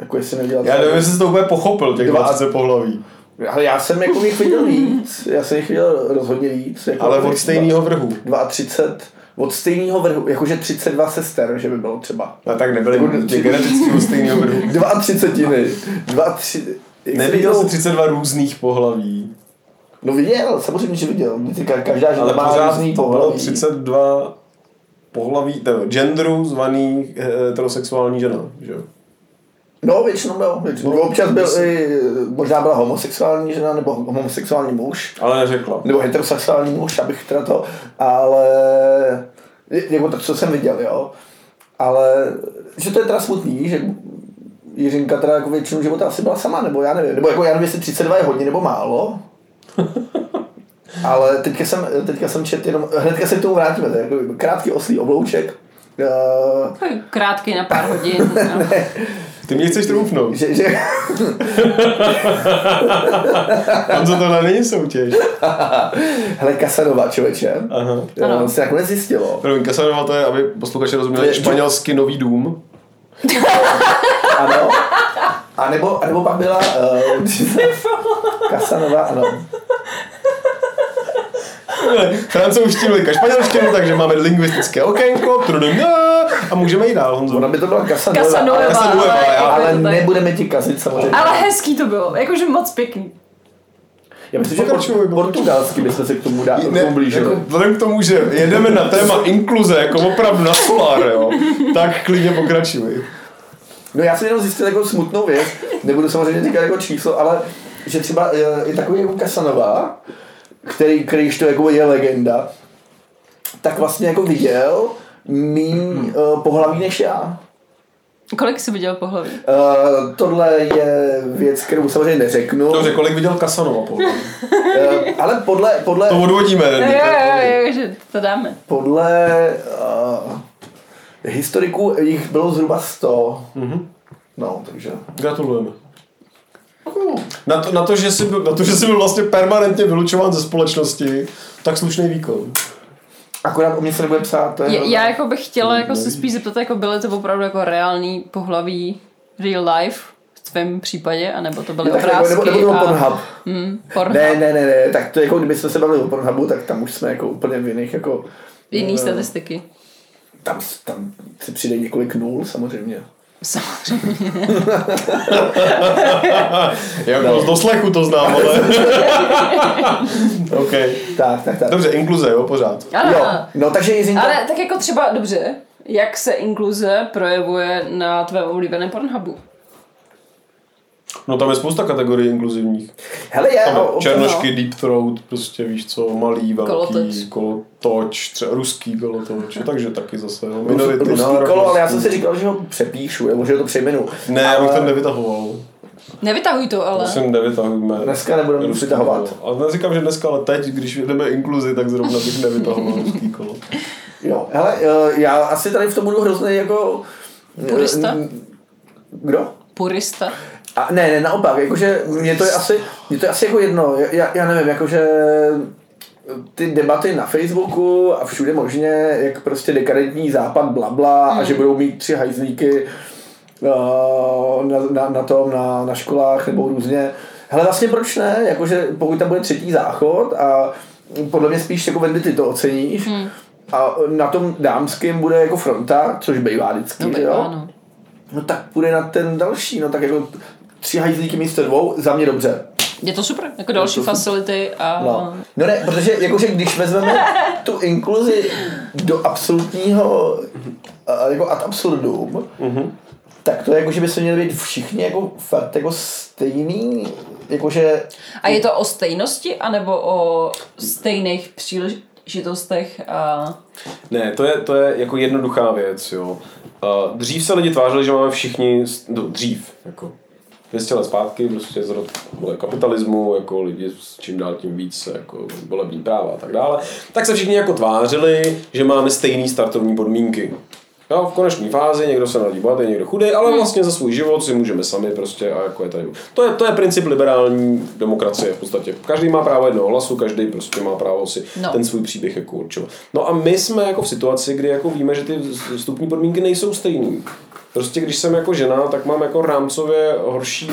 S1: Jako jestli nedělá
S3: Já nevím, jestli jsi to úplně pochopil, těch
S1: Dva-
S3: 20 pohlaví.
S1: Ale já jsem jako jich viděl víc, já jsem jich viděl rozhodně víc. Jako
S3: Ale od stejného vrhu.
S1: 32, od stejného vrhu, jakože 32 sester, že by bylo třeba.
S3: A No tak nebyly ty geneticky od stejného vrhu.
S1: 32, ne, 23, jak se
S3: Neviděl jsi
S1: jmenou?
S3: 32 různých pohlaví,
S1: No viděl, samozřejmě, že viděl. Ka- Každá žena
S3: ale
S1: má
S3: pořád
S1: různý
S3: bylo
S1: pohlaví.
S3: 32 pohlaví, nebo genderů zvaných eh, heterosexuální žena, že jo?
S1: No, většinou byl. Většinou.
S3: No,
S1: Občas byl
S3: myslím.
S1: i, možná byla homosexuální žena, nebo homosexuální muž,
S3: Ale neřekla.
S1: nebo heterosexuální muž, abych teda to, ale je- jako to, co jsem viděl, jo. Ale že to je teda smutný, že Jiřinka teda jako většinu života asi byla sama, nebo já nevím, nebo jako já nevím, jestli 32 je hodně nebo málo. Ale teďka jsem, teďka jsem čet jenom, hnedka se k tomu vrátíme, to je jako krátký oslý oblouček. eh,
S2: Takový Krátký na pár hodin. no.
S3: Ty mě chceš troufnout.
S1: že, že,
S3: Tam za tohle není soutěž.
S1: Hele, Kasanova, člověče.
S3: Aha.
S1: Ano.
S2: Ano.
S1: On se jako nakonec zjistilo.
S3: Promiň, Casanova to je, aby posluchači
S1: To je-
S3: rozuměli, španělsky nový dům.
S1: Ano. A nebo, a nebo pak byla uh, Kasanova, ano.
S3: Francouzští lika, španělštinu, takže máme lingvistické okénko, trudumá, a můžeme jít dál, Honzo.
S1: Ona by to byla Kasanova.
S2: Kasanova,
S1: ale-
S3: Casanova,
S2: ale,
S3: já-
S1: Ale
S2: jako to tak-
S1: nebudeme ti kazit samozřejmě.
S2: ale hezký to bylo, jakože moc pěkný.
S1: Já myslím, že
S3: Pokračuj,
S1: por-
S3: pokračuj.
S1: portugalsky bychom se k tomu dá,
S3: Ne,
S1: ne, blížili.
S3: jako vzhledem k tomu, že jedeme na téma inkluze, jako opravdu na solár, jo, tak klidně pokračuj.
S1: No já jsem jenom zjistil takovou smutnou věc, nebudu samozřejmě říkat jako číslo, ale že třeba eh, i takový jako Kasanova, který, kterýž to jako je legenda, tak vlastně jako viděl míň eh, pohlaví než já.
S2: Kolik jsi viděl pohlaví?
S1: Uh, tohle je věc, kterou samozřejmě neřeknu,
S3: Dobře, kolik viděl Kasanova podle?
S1: uh, ale podle, podle,
S3: To odvodíme.
S2: Jo,
S3: Ne?
S2: jo, jo, že to dáme.
S1: podle uh, historiků jich bylo zhruba 100. Mm-hmm. No, takže.
S3: Gratulujeme. Na to, na, to, že jsi byl, na to, že jsi byl vlastně permanentně vylučován ze společnosti, tak slušný výkon.
S1: Akorát o mě se nebude psát, to je
S2: Je,
S1: hrozné.
S2: já jako bych chtěla jako se spíš zeptat, jako byly to opravdu jako reální pohlaví, real life v tvém případě, anebo to byly
S1: No, tak nebo,
S2: obrázky
S1: nebo, nebo to byl
S2: a...
S1: Pornhub.
S2: Mm, Pornhub.
S1: Ne, ne, ne, ne, tak to jako kdyby jsme se bavili o Pornhubu, tak tam už jsme jako úplně v jiných, jako
S2: Jiný statistiky.
S1: tam, tam si přijde několik nul samozřejmě.
S2: Samozřejmě.
S3: Jako
S1: no.
S3: z doslechu to znám, ale... OK.
S1: Tak, tak, tak.
S3: Dobře, inkluze, jo, pořád.
S2: Ano.
S1: Jo, no takže Jizinka,
S2: Ale tak jako třeba, dobře, jak se inkluze projevuje na tvém oblíbeném Pornhubu?
S3: No tam je spousta kategorií inkluzivních.
S1: Hele, já...
S3: Tam
S1: o-
S3: je
S1: Eh, o-
S3: černošky, deep throat, prostě víš co, malý, velký,
S2: Kolotoč.
S3: kolotoč, kolotoč třeba ruský kolotoč, takže taky zase jo,
S1: Rus-
S3: minority,
S1: Ruský
S3: národnosti.
S1: kolo, ale já jsem si říkal, že ho přepíšu, nebo že ho to přejmenu.
S3: Ne, já bych to nevytahoval.
S2: Nevytahuj to, ale.
S3: Prosím, nevytahujme.
S1: Dneska nebudeme
S3: Ruský
S1: přitahovat.
S3: kolo. Ale neříkám, že dneska, ale teď, když jdeme inkluzi, tak zrovna bych nevytahoval ruský kolo.
S1: Jo, hele, eh, já asi tady v tom budu hrozný jako...
S2: Purista?
S1: Mm, Kdo?
S2: Purista.
S1: A ne, ne, naopak, jakože mě to je asi, mě to je asi jako jedno, já, já nevím, jakože ty debaty na Facebooku a všude možně, jak prostě dekadentní západ, bla, bla
S2: Hmm.
S1: a že budou mít tři hajzlíky uh, na, na, na, tom, na, na školách nebo různě. Hele, vlastně proč ne? Jakože pokud tam bude třetí záchod a podle mě spíš jako Wendy ty to oceníš,
S2: Hmm.
S1: A na tom dámském bude jako fronta, což bývá vždycky,
S2: No,
S1: že jo?
S2: bývá, no.
S1: No tak půjde na ten další, no tak jako tři hajzlíky místo dvou, za mě dobře.
S2: Je to super, jako další
S1: to super.
S2: facility a...
S1: No, no ne, protože jakože když vezmeme tu inkluzi do absolutního, a, jako ad absurdum,
S3: Mhm.
S1: tak to je jako, že by se měli být všichni jako fakt jako stejný, jakože
S2: A je to o stejnosti, anebo o stejných příležitostech a...
S3: Ne, to je, to je jako jednoduchá věc, jo. Uh, dřív se lidi tvářili, že máme všichni, s- no, dřív, jako 200 let zpátky, prostě z rod vole, kapitalismu, jako lidi s čím dál tím víc, jako volební práva a tak dále, tak se všichni jako tvářili, že máme stejné startovní podmínky. Jo, v koneční fázi někdo se narodí bohatý, někdo chudý, ale vlastně za svůj život si můžeme sami prostě a jako je tady. To je, to je princip liberální demokracie v podstatě. Každý má právo jednoho hlasu, každý prostě má právo si
S2: No.
S3: no. ten svůj příběh jako určovat. No a my jsme jako v situaci, kdy jako víme, že ty vstupní podmínky nejsou stejný. Prostě když jsem jako žena, tak mám jako rámcově horší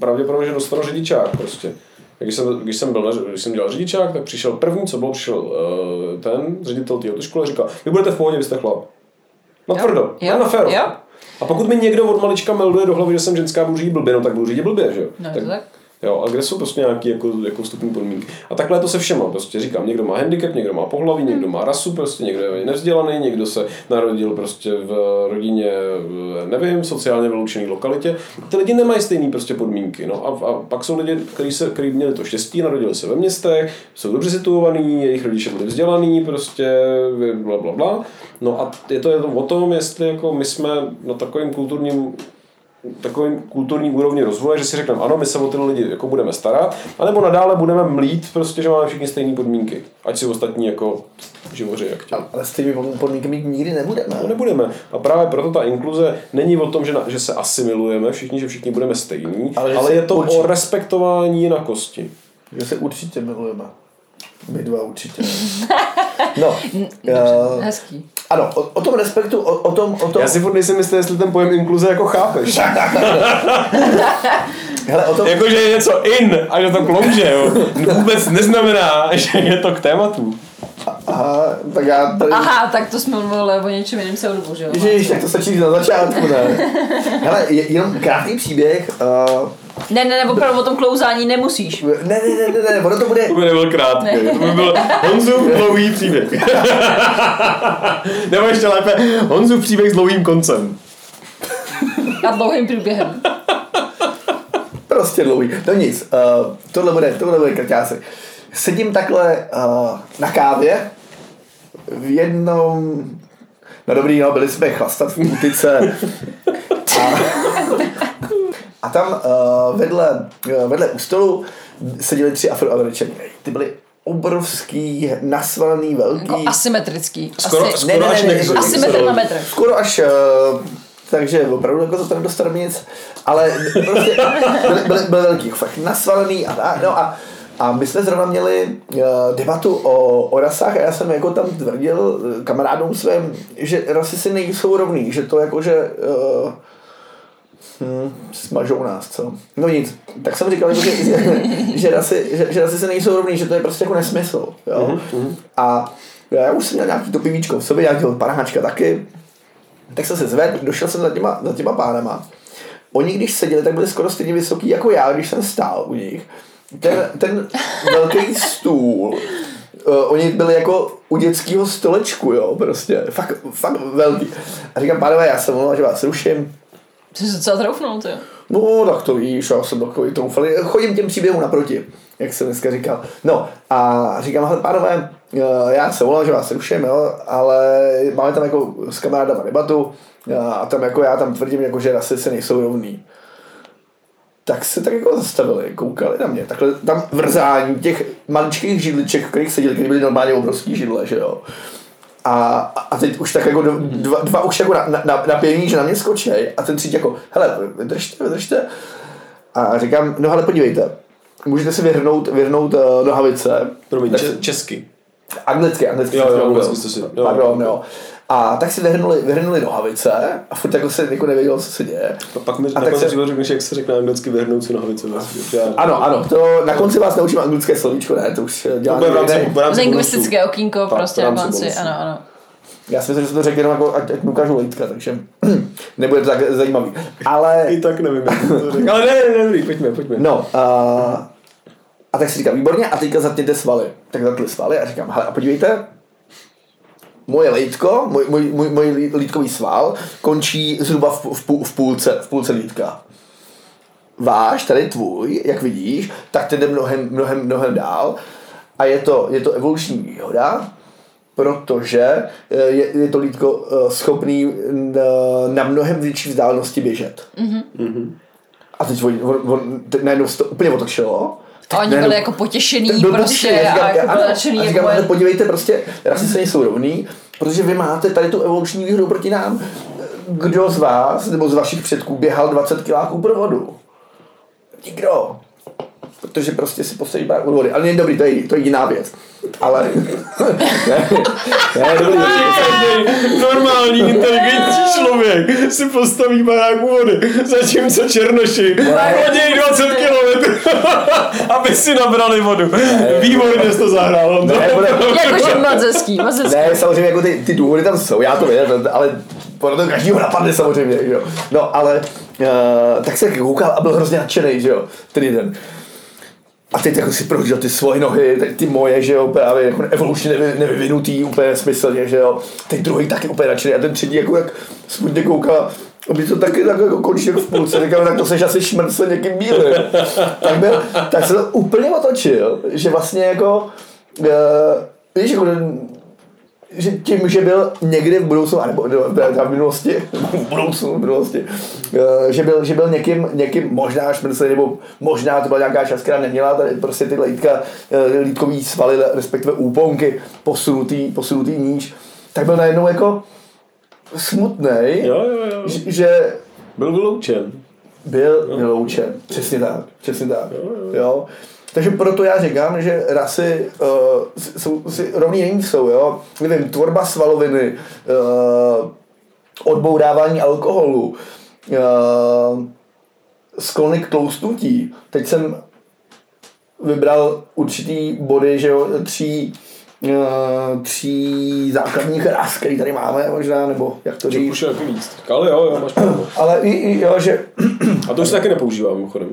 S3: pravděpodobně, že dostanu řidičák prostě. Když jsem, když jsem, byl, na ř- když jsem dělal řidičák, tak přišel první, co bylo, přišel uh, ten ředitel té autoškoly a říkal, vy budete v pohodě, vy jste chlap. Na tvrdo,
S2: jo,
S3: ne na féro.
S2: jo.
S3: A pokud mi někdo od malička melduje do hlavy, že jsem ženská, budu řídit blbě, no tak budu řídit blbě, že jo?
S2: No, je to tak.
S3: Jo, a kde jsou prostě nějaké jako, jako vstupní podmínky. A takhle je to se všema. Prostě říkám, někdo má handicap, někdo má pohlaví, někdo má rasu, prostě někdo je nevzdělaný, někdo se narodil prostě v rodině, v, nevím, sociálně vyloučené lokalitě. Ty lidi nemají stejné prostě podmínky. No a, a, pak jsou lidi, kteří se, který měli to štěstí, narodili se ve městech, jsou dobře situovaní, jejich rodiče byli vzdělaní, prostě bla, bla, bla. No a je to, je to o tom, jestli jako my jsme na takovém kulturním takovým kulturní úrovni rozvoje, že si řekneme, ano, my se o ty lidi jako budeme starat, anebo nadále budeme mlít prostě, že máme všichni stejné podmínky, ať si ostatní jako živoři jak chtějí.
S1: ale s těmi podmínky mít nikdy nebudeme.
S3: No nebudeme. A právě proto ta inkluze není o tom, že, na, že se asimilujeme všichni, že všichni budeme stejní,
S1: Ale
S3: ale,
S1: že
S3: ale
S1: si
S3: je to
S1: určitě-
S3: o respektování jinakosti.
S1: Že se určitě milujeme. My dva určitě. No, eh,
S2: Hezký.
S1: ano, o, o tom respektu, o, o tom, o tom,
S3: Já si furt nejsem jistý, jestli ten pojem inkluze jako chápeš.
S1: hele, o tom,
S3: Jakože je něco in a že to klouže, jo. Vůbec neznamená, že je to k tématu.
S1: Aha, tak já tady...
S2: Aha, tak to jsme mluvili o něčem jiném celou dobu, že jo?
S1: Ježíš, tak to stačí na začátku, ne? Hele, je, jenom krátký příběh. Uh,
S2: Ne, ne, ne, opravdu o tom klouzání nemusíš.
S1: ne, ne, ne, ne, ne, ono to bude...
S3: To by nebyl krátký, to by byl Honzův dlouhý příběh. Nebo ještě lépe, Honzův příběh s dlouhým koncem.
S2: A dlouhým průběhem.
S1: Prostě dlouhý. No nic, uh, tohle bude, tohle bude krťásek. Sedím takhle uh, na kávě v jednom... No dobrý, no, byli jsme chlastat v útice. A, a tam uh, vedle, uh, vedle u stolu seděli tři afroameričané. Ty byli obrovský, nasvalný, velký.
S2: Jako asymetrický.
S3: Skoro-
S2: Asi,
S3: skoro až neexistuje.
S1: jako-
S2: asymetr na metr.
S1: Skoro až... Uh, takže opravdu jako to tam nedostanu nic, ale prostě byl, byl, byl velký, jako fakt nasvalený a, a, no a, a my jsme zrovna měli uh, debatu o, o rasách a já jsem jako tam tvrdil eh, kamarádům svým, že rasy si nejsou rovný, že to jako, že uh, hm, smažou nás, co? No nic, tak jsem říkal, jako, že, že, že, rasy, že, že rasy se nejsou rovný, že to je prostě jako nesmysl, jo? A já už jsem měl nějaký to pivíčko v sobě, já dělal panáčka taky, tak jsem se zvedl, došel jsem za těma, za těma pánama. Oni, když seděli, tak byli skoro stejně vysoký jako já, když jsem stál u nich. Ten, ten velký stůl, uh, oni byli jako u dětského stolečku, jo, prostě. Fakt, fakt velký. A říkám, pánové, já se omlouvám, že vás ruším.
S2: Jsi se docela troufnul, ty jo.
S1: No, tak to víš, já jsem takový troufal. Chodím těm příběhům naproti, jak jsem dneska říkal. No a říkám, hele, pánové, eh, já se volám, že vás ruším, jo, ale máme tam jako s kamarádama debatu eh, a tam jako já tam tvrdím, jako, že rasy se nejsou rovný. Tak se tak jako zastavili, koukali na mě. Takhle tam vrzání těch maličkých židliček, v kterých seděli, které byly normálně obrovský židle, že jo. A, a teď už tak jako do- dva, dva už jako na, na, na, na pění, že na mě skočí a ten třetí jako, hele, vydržte, vydržte. A říkám, no ale podívejte, můžete si vyhrnout, vyhrnout uh, nohavice.
S3: Promiň,
S1: Tak-
S3: če- česky.
S1: Anglicky, anglicky.
S3: Jo,
S1: jsem
S3: jo,
S1: to
S3: anglicky
S1: mluvil.
S3: jste si- jo.
S1: Pardon, jo. A tak si vyhrnuli, vyhrnuli nohavice a furt jako se jako nevěděl, co se děje.
S3: A pak mi
S1: A
S3: a
S1: tak
S3: tak
S1: se-
S3: se... řekneš, jak se řekne anglicky vyhrnout si nohavice. vlastně. Já-
S1: Ano, ano, to na konci vás naučím anglické slovíčko, ne, to už eh,
S3: To
S1: dělám.
S3: bude v rámci,
S1: někde.
S3: v rámci bonusu.
S2: Lingvistické okýnko
S3: Tak,
S2: prostě
S3: v
S2: na
S3: rámci
S2: konci,
S3: bonusu.
S2: ano, ano.
S1: Já si myslím, že jsem to řekl jenom jako, ať, ať mi ukážu lidka, takže nebude to tak zajímavý. Ale
S3: I tak nevím, jak to řekne. Ale ne, ne, ne, dobrý, pojďme, půjďme.
S1: No, a, a tak si říkám, výborně, a teďka zatněte svaly. Tak zatli svaly a říkám, hele, a podívejte, moje lítko, můj, můj, můj, můj lítkový sval končí zhruba v, v, pů- v, půlce, v půlce lítka. Váš, tady tvůj, jak vidíš, tak ten jde mnohem, mnohem, mnohem dál. A je to, je to evoluční výhoda, protože eh, je, je to lítko eh, schopný na, na mnohem větší vzdálenosti běžet. A teď on, on, on teď najednou se to úplně otočilo.
S2: A oni
S1: najednou-
S2: byli jako potěšený
S1: byl
S2: prostě
S1: potěšený, no. já
S2: a jako
S1: ano,
S2: byl
S1: a
S2: nadšený, jako
S1: říkám,
S2: moje-
S1: ale podívejte, prostě rasy se nejsou rovný, protože vy máte tady tu evoluční výhodu proti nám. Kdo z vás, nebo z vašich předků, běhal 20 kiláků provodu? Nikdo. Protože prostě si postaví pár úvody. Ale není dobrý, to je, to je jiná věc. Ale... ne, ne, dobrý,
S3: Každý normální, inteligentní člověk si postaví barák u vody, zatímco černoši hodí 20 km, aby si nabrali vodu. Výborně jsi to zahrál, Ondro.
S1: ne, jako- bude,
S2: Jakože mazeský, mazeský.
S1: Ne, samozřejmě jako ty, ty důvody tam jsou, já to vím, ale ono to každýho napadne samozřejmě, že jo. No ale uh, tak se koukal a byl hrozně nadšený, že jo, ten jeden. A teď jako si prohodil ty svoje nohy, teď ty moje, že jo, právě jako evolučně nevy, nevyvinutý úplně smyslně, že jo. Teď druhý taky úplně nadšený a ten třetí jako jak smutně kouká, a mě to taky tak jako končí jako v půlce, říkám, tak to seš asi šmrt se někým bílým. Tak, byl, tak se to úplně otočil, že vlastně jako, uh, víš, jako že tím, že byl někdy v budoucnu, anebo nebo teda v minulosti, v budoucnu, v minulosti, eh, že byl, že byl někým, někým možná šmrcel, nebo možná to byla nějaká část, která neměla tady prostě ty lítka, lítkový svaly, respektive úponky posunutý, posunutý níž, tak byl najednou jako smutnej,
S3: Jo, jo, jo.
S1: že- že
S3: Byl vyloučen.
S1: byl vyloučen. Přesně tak, přesně tak. No. Jo. Takže proto já říkám, že rasy uh, jsou, si rovný není jsou, jo. Nevím, tvorba svaloviny, uh, odbourávání alkoholu, uh, sklony k tloustnutí. Teď jsem vybral určitý body, že jo, tří, eh, tří základních ras, který tady máme možná, nebo jak to
S3: Že
S1: říct.
S3: už je jako víc. Ale jo, jo, máš pravdu.
S1: Ale i, i, jo, že
S3: A to už se taky nepoužívá, mimochodem.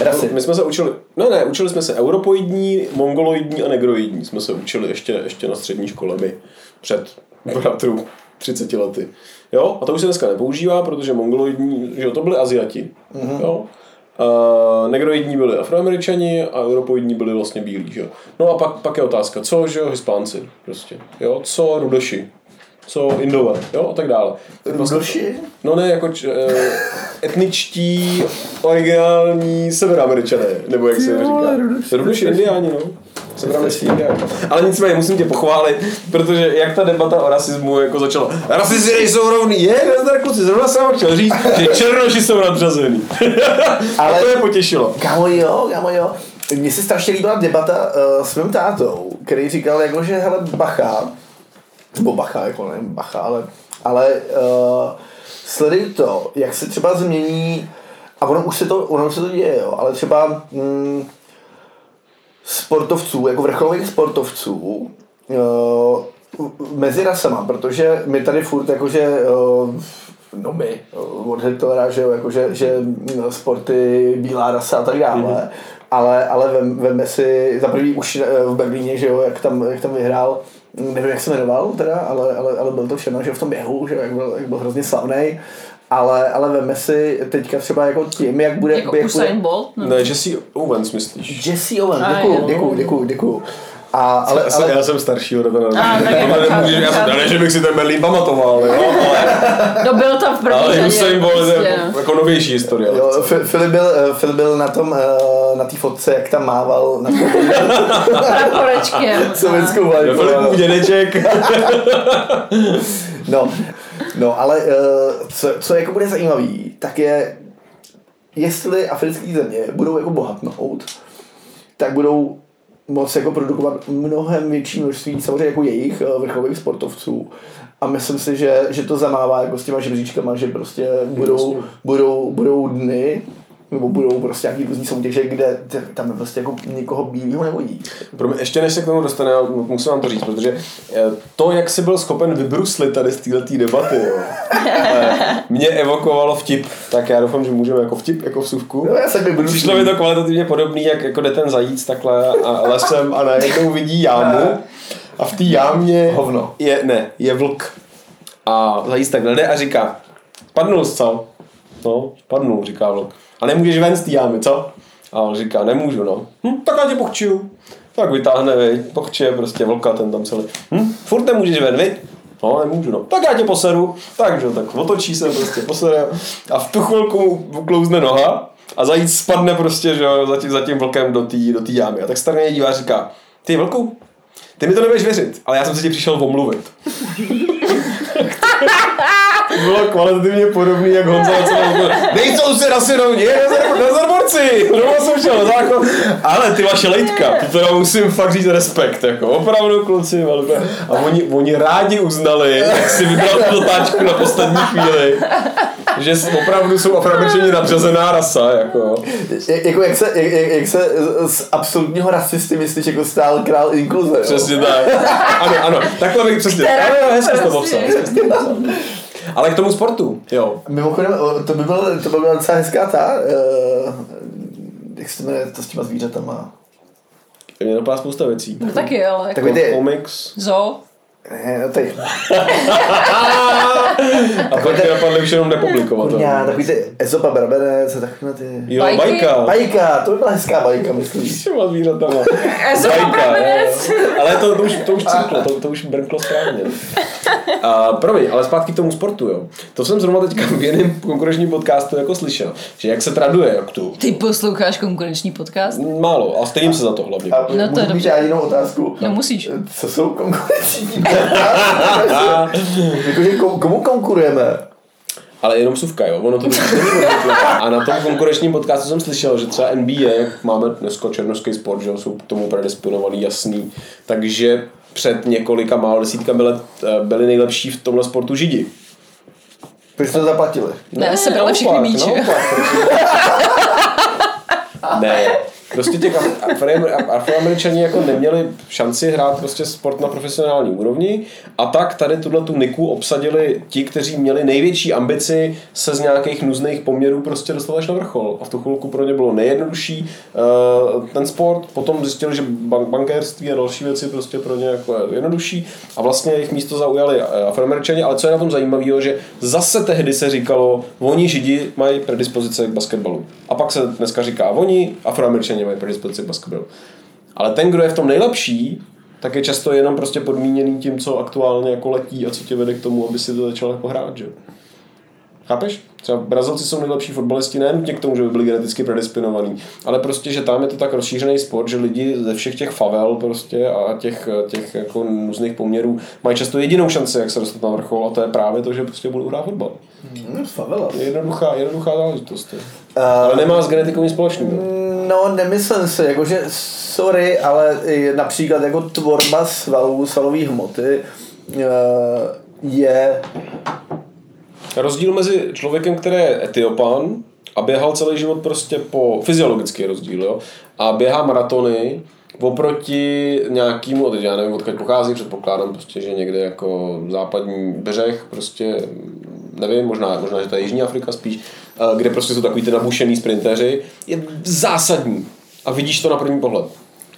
S1: Rasy.
S3: My jsme se učili, no ne, učili jsme se europoidní, mongoloidní a negroidní. Jsme se učili ještě, ještě na střední škole my před bratrů 30 lety. Jo, a to už se dneska nepoužívá, protože mongoloidní, že jo, to byli Aziati. Mm-hmm. Jo. A negroidní byli afroameričani a europoidní byli vlastně bílí, že jo. No a pak, pak je otázka, co, že jo, hispánci prostě, jo, co rudeši, co indové, jo, a tak dále.
S1: Rudolši?
S3: No ne, jako č, eh, etničtí, originální severoameričané, nebo jak se jim říká.
S1: vole, Ruduši.
S3: Ruduši indiáni, no. Severoameričtí indiáni. Ale nicméně, musím tě pochválit, protože jak ta debata o rasismu jako začala. Rasisti nejsou rovný, je, nazdar kluci, zrovna jsem vám chtěl říct, že černoši jsou nadřazený. Ale...
S1: Ale-
S3: A to je potěšilo.
S1: Kámo jo, kámo jo. Mně se strašně líbila debata uh, s mým tátou, který říkal jako, že hele bacha, nebo bacha, jako nevím, bacha, ale, ale uh, sleduj to, jak se třeba změní, a ono už se to, ono už se to děje, jo, ale třeba mm, sportovců, jako vrcholových sportovců uh, mezi rasama, protože my tady furt jakože uh, no my eh, od Hitlera, že, jo, jakože, že mm, sporty, bílá rasa a tak dále,
S2: Mhm.
S1: mm-hmm. ale, ale vem, veme si, za prvý už eh, v Berlíně, že jo, jak tam, jak tam vyhrál, mm, nevím, jak se jmenoval teda, ale, ale, ale byl to všechno, že jo, v tom běhu, že jo, jak byl, jak byl hrozně slavný ale, ale veme si teďka třeba jako tím, jak bude...
S2: Jako
S1: jak bude
S2: Usain Bolt? No.
S3: Ne, Jesse Owens myslíš?
S1: Jesse Owen,
S2: A
S1: děkuju,
S2: jo.
S1: děkuju, děkuju, děkuju. A, ale,
S3: já, jsem,
S1: ale,
S3: já jsem starší od tebe.
S2: A, tak jako
S3: Ale nemůžu, já jsem,
S2: chápu.
S3: ne, že bych si ten Berlín pamatoval, jo, ale,
S2: No byl tam v první
S3: ale
S2: řadě,
S3: Usain Bolt je
S2: prostě,
S3: jako,
S2: no.
S3: jako novější historie.
S1: jo, Fi- Filip byl, eh, Filip byl na tom, eh, na té fotce, jak tam mával na tu
S2: Praporečkem.
S1: sovětskou
S3: Jo, Filipův
S1: vlajku.
S3: dědeček.
S1: No, no, ale eh, co, co jako bude zajímavý, tak je, jestli africké země budou jako bohatnout, tak budou moc jako produkovat mnohem větší množství samozřejmě jako jejich eh, vrcholových sportovců. A myslím si, že, že to zamává jako s těma žebříčkama, že prostě budou,
S3: jasně.
S1: budou, budou dny, nebo budou prostě nějaký různý soutěže, kde t- tam je prostě jako nikoho bílého nevodí.
S3: Pro mě, ještě než se k tomu dostane, já musím vám to říct, protože eh, to, jak jsi byl schopen vybruslit tady z této debaty, jo, eh, mě evokovalo vtip, tak já doufám, že můžeme jako vtip, jako v suvku.
S1: No, já se vybudu.
S3: Přišlo mi to kvalitativně podobný, jak jako jde ten zajíc takhle a lesem a najednou vidí jámu a v té jámě
S1: Hovno.
S3: je, ne, je vlk. A zajíc takhle jde a říká, padnul jsi, co? No, padnul, říká vlk. A nemůžeš ven z té jámy, co? A on říká, nemůžu, no. Hm, tak já tě pochčiju. Tak vytáhne, vej, pochče prostě vlka ten tam celý. Hm, furt nemůžeš ven, viď? No, nemůžu, no. Tak já tě poseru. Takže tak otočí se prostě, posere. A v tu chvilku mu uklouzne noha a zajíc spadne prostě, že jo, za tím, za tím vlkem do té do tý jámy. A tak starý dívá a říká, ty vlku, ty mi to nebudeš věřit, ale já jsem se ti přišel omluvit. To bylo kvalitativně podobný, jak Honza Lacoval. Nejsou si rasinovní, nezarborci, doma jsem šel, zákon. Ale ty vaše lejtka, ty to já musím fakt říct respekt, jako opravdu kluci, velké. A oni, oni rádi uznali, jak si vybral tu otáčku na poslední chvíli. Že s- opravdu jsou Afričani nadřazená rasa, jako.
S1: Jak, jako jak, se, jak, jak, jak se z- z absolutního rasisty myslíš, jako stál král inkluze. jo?
S3: Přesně tak. Ano, ano, takhle bych přesně.
S2: Která
S3: Ano, hezky jsi to
S2: prostě.
S3: popsal. hezky jsi to popsal. Ale k tomu sportu, jo.
S1: Mimochodem, o, to by byla, to by byla docela hezká ta, uh, jak se to jmenuje, to s těma zvířatama.
S3: Mě napadá spousta věcí.
S2: No taky, ale jako...
S1: Tak ty-
S3: Komiks.
S2: Zo.
S1: Ne, no tady,
S3: A pak tě napadly už jenom nepublikovat.
S1: kurňa, takový ty Ezopa Brabenec a takhle ty.
S3: Jo,
S2: Bajky?
S3: bajka.
S1: Bajka, to by byla hezká bajka, myslím.
S3: S těma zvířatama.
S2: Ezo Brabenec.
S3: jo. Ale to, to, už, to už cyklo, to, to už brnklo správně. A, promiň, ale zpátky k tomu sportu, jo. To jsem zrovna teďka v jiném konkurenčním podcastu jako slyšel, že jak se traduje, jak tu.
S2: Ty posloucháš konkurenční podcast?
S3: Málo, a stejím se za to hlavně.
S1: A
S2: No to je
S1: můžu mít
S2: dobře.
S1: já jinou otázku.
S2: No musíš.
S1: Co jsou konkurenční? Jakože komu, komu konkurujeme?
S3: Ale jenom suvka, jo. Ono to bylo A na tom konkurenčním podcastu jsem slyšel, že třeba NBA, jak máme dneska černovský sport, že jo, jsou k tomu predisponovaný, jasný. Takže před několika málo desítkami let eh, byli nejlepší v tomhle sportu Židi.
S1: Proč jsme to zaplatili?
S2: Ne, sebrali všechny
S3: naopak,
S2: míče.
S3: naopak. ne, prostě těch Af- Afroamer- afroameričani jako neměli šanci hrát prostě sport na profesionální úrovni a tak tady tuhle tu niku obsadili ti, kteří měli největší ambici se z nějakých nuzných poměrů prostě dostat až na vrchol. A v tu chvilku pro ně bylo nejjednodušší eh, ten sport, potom zjistili, že ban- bankérství a další věci prostě pro ně jako jednodušší a vlastně jejich místo zaujali eh, afroameričani, ale co je na tom zajímavého, že zase tehdy se říkalo, oni židi mají predispozice k basketbalu. A pak se dneska říká, oni afroameričani mají predispozice k basketbalu. Ale ten, kdo je v tom nejlepší, tak je často jenom prostě podmíněný tím, co aktuálně jako letí a co tě vede k tomu, aby si to začal jako hrát, že? Chápeš? Třeba Brazilci jsou nejlepší fotbalisti, ne nutně k tomu, že by byli geneticky predisponovaní, ale prostě, že tam je to tak rozšířený sport, že lidi ze všech těch favel prostě a těch, těch jako nuzných poměrů mají často jedinou šanci, jak se dostat na vrchol a to je právě to, že prostě budou hrát fotbal.
S1: Hmm, favela.
S3: Je Jednoduchá, jednoduchá záležitost. je.
S1: Eh,
S3: Ale nemá s genetikou nic společného.
S1: No, nemyslím si, jakože sorry, ale i například jako tvorba svalů, svalové hmoty eh, je...
S3: Rozdíl mezi člověkem, který je etiopan a běhal celý život prostě po fyziologický rozdíl, jo, a běhá maratony oproti nějakému, teď já nevím, odkud pochází, předpokládám prostě, že někde jako západní břeh, prostě nevím, možná, možná že to je Jižní Afrika spíš, eh, kde prostě jsou takový ty nabušený sprinteři, je zásadní a vidíš to na první pohled.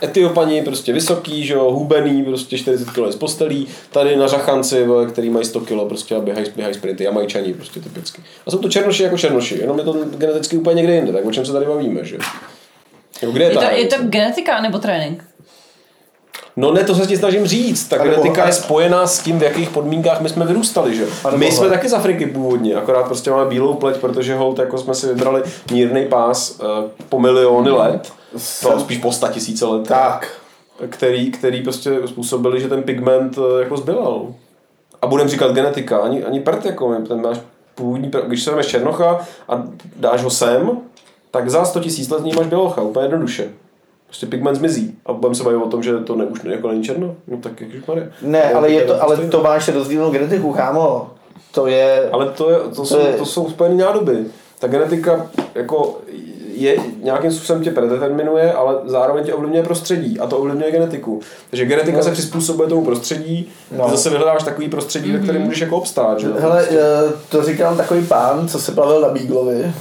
S3: Etiopani prostě vysoký, že jo, hubený, prostě 40 kg z postelí, tady na Řachanci, vole, který mají 100 kg prostě a běhají, běhají sprinty, jamajčani prostě typicky. A jsou to černoši jako černoši, jenom je to geneticky úplně někde jinde, tak o čem se tady bavíme, že jo. Jako kde je,
S4: Je
S3: ta
S4: to, je
S3: hranice?
S4: to genetika nebo trénink?
S3: No ne, to se ti snažím říct. Ta
S1: A nebo-
S3: genetika
S1: a-
S3: je spojená s tím, v jakých podmínkách my jsme vyrůstali, že?
S1: A nebo-
S3: My jsme taky z Afriky původně, akorát prostě máme bílou pleť, protože hold, jako jsme si vybrali mírný pás eh, po miliony let, to
S1: Jsem-
S3: spíš po sta tisíce let,
S1: Tak.
S3: který, který prostě způsobili, že ten pigment eh, jako zbylal. A budeme říkat genetika, ani, ani prt, jako ten máš původní, pr- když se vezmeš černocha a dáš ho sem, tak za 100 tisíc let z něj máš bělocha, úplně jednoduše. Prostě pigment zmizí a budeme se bavit o tom, že to ne, už ne, jako není černo. No tak ježišmarja.
S1: Ne, ale, je to, ale
S3: stejné.
S1: to máš rozdílnou genetiku, chámo. To je...
S3: Ale to, je, to, jsou,
S1: To je-
S3: to jsou spojené nádoby. Ta genetika jako je, nějakým způsobem tě predeterminuje, ale zároveň tě ovlivňuje prostředí a to ovlivňuje genetiku. Takže genetika se přizpůsobuje tomu prostředí, no.
S1: No.
S3: ty zase vyhledáš takový prostředí, ve kterém můžeš jako obstát. Že? jo?
S1: Hele, eh, to říkal takový pán, co se plavil na Beaglovi.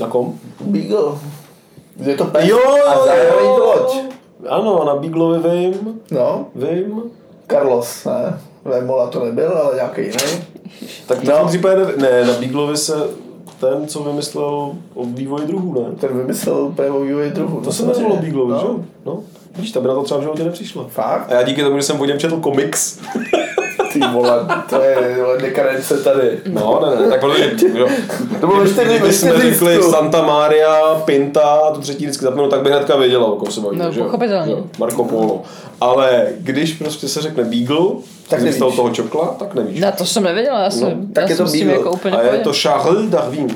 S3: na kom?
S1: Beagle. Je to pes
S3: Jo,
S1: a
S3: jo,
S1: zároveň je to loď.
S3: Ano, na Beaglovi vím,
S1: No,
S3: vím.
S1: Carlos, ne? Lemola to nebyl, ale nějaký jiný.
S3: Tak to
S1: No.
S3: no. případě ne, ne, na Beaglovi se ten, co vymyslel o vývoji druhů, ne?
S1: Ten vymyslel úplně o vývoji druhu.
S3: To se jmenovalo Beaglovi,
S1: No.
S3: no. že? No. Víš, ta by na to třeba v životě nepřišla.
S1: Fakt?
S3: A já díky tomu, že jsem o něm četl komiks.
S1: Ty vole, to je vole, dekadence tady.
S3: No, ne, ne, tak protože... jo.
S1: To bylo ještě
S3: Kdyby
S1: nejvyšší
S3: jsme řekli
S1: lístku.
S3: Santa Maria, Pinta a tu třetí vždycky zapnul, tak by hnedka věděla, o kom se bavíme.
S4: No,
S3: že jo?
S4: pochopitelně.
S3: Jo, Marco Polo. Ale když prostě se řekne Beagle, tak
S1: nevíš.
S3: z toho toho čokla, tak nevíš.
S4: Na to jsem nevěděla, já jsem,
S3: No,
S4: já
S1: tak je
S4: jsem
S1: to
S4: s tím
S1: Beagle.
S4: jako úplně
S3: A
S4: v
S3: je
S4: pohodě.
S3: to Charles Darwin,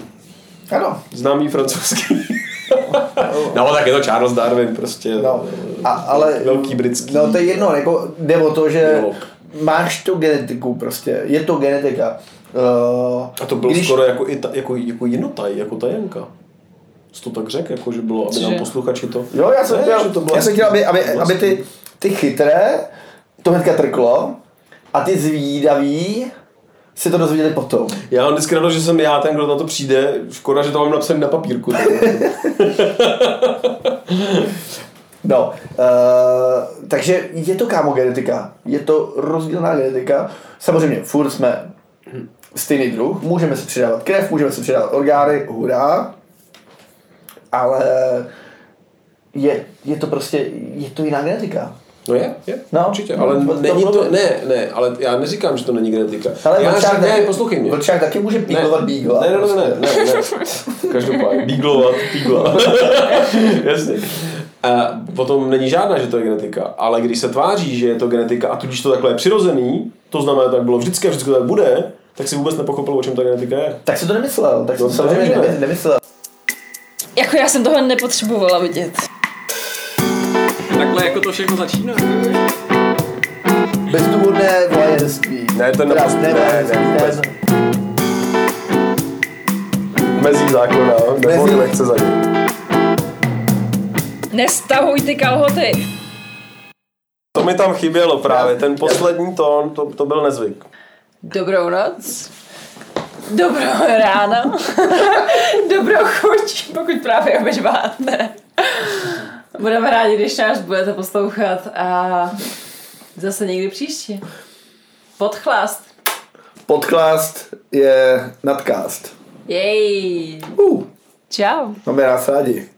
S1: Ano.
S3: známý francouzský. no, tak je to Charles Darwin prostě.
S1: No, a, ale,
S3: Velký britský.
S1: No to je jedno, jako jde o to, že
S3: Biolog.
S1: máš tu genetiku prostě, je to genetika. Uh,
S3: A to bylo Když... skoro jako, i ta, jako, jako jinotaj, jako tajenka. Jsi to tak řekl, jako že bylo, aby
S4: Cože?
S3: nám posluchači to...
S1: Jo, já jsem
S3: Ne,
S1: chtěl,
S3: že to bylo-
S1: já jsem chtěl aby, aby,
S3: vlastně-
S1: aby ty, ty chytré to hnedka trklo a ty zvídaví si to dozvěděli potom.
S3: Já mám vždycky radost, že jsem já ten, kdo na to přijde. Škoda, že to mám napsané na papírku.
S1: No, uh, takže je to kámo genetika, je to rozdílná genetika. Samozřejmě, furt jsme stejný druh, můžeme si přidávat krev, můžeme si přidávat orgány, hurá, ale je, je to prostě, je to jiná genetika.
S3: No je, je,
S1: No,
S3: no, určitě,
S1: no,
S3: ale
S1: to- to
S3: není to,
S1: mluvím.
S3: ne, ne, ale já neříkám, že to není genetika.
S1: Ale
S3: já
S1: vlčák
S3: říkám, ne,
S1: taky-
S3: poslouchej mě.
S1: Vlčák taky může
S3: Ne,
S1: píglovat bígla. prostě.
S3: ne, ne, ne, ne, ne, ne. Každopádně, bíglovat, bígla. Jasně. A potom není žádná, že to je genetika, ale když se tváří, že je to genetika a tudíž to takhle je přirozený, to znamená, že tak bylo vždycky a vždycky to tak bude, tak si vůbec nepochopil, o čem ta genetika je.
S1: Tak si to nemyslel, tak si
S3: No,
S1: to samozřejmě
S3: to
S1: ne,
S3: nemůžeme.
S1: nemyslel.
S4: Jako já jsem tohle nepotřebovala vidět.
S5: Takhle jako to všechno začíná.
S1: Bezdůvodné vlajerství.
S3: Ne, to
S1: Teda
S3: naprosto- ne,
S1: vlajerství,
S3: ne, vůbec. Mezí zákona, nebo
S1: Mezí.
S3: nechce za ní.
S4: Nestahuj ty kalhoty!
S3: To mi tam chybělo právě, ten poslední tón, to, to byl nezvyk.
S4: Dobrou noc. Dobrou ráno. Dobrou chuť, pokud právě obědváte.
S2: Budeme rádi, když nás budete poslouchat a zase někdy příště. Podchlast.
S1: Podcast je nadcast.
S2: Jej.
S1: Uh,
S2: Čau.
S1: máme nás rádi.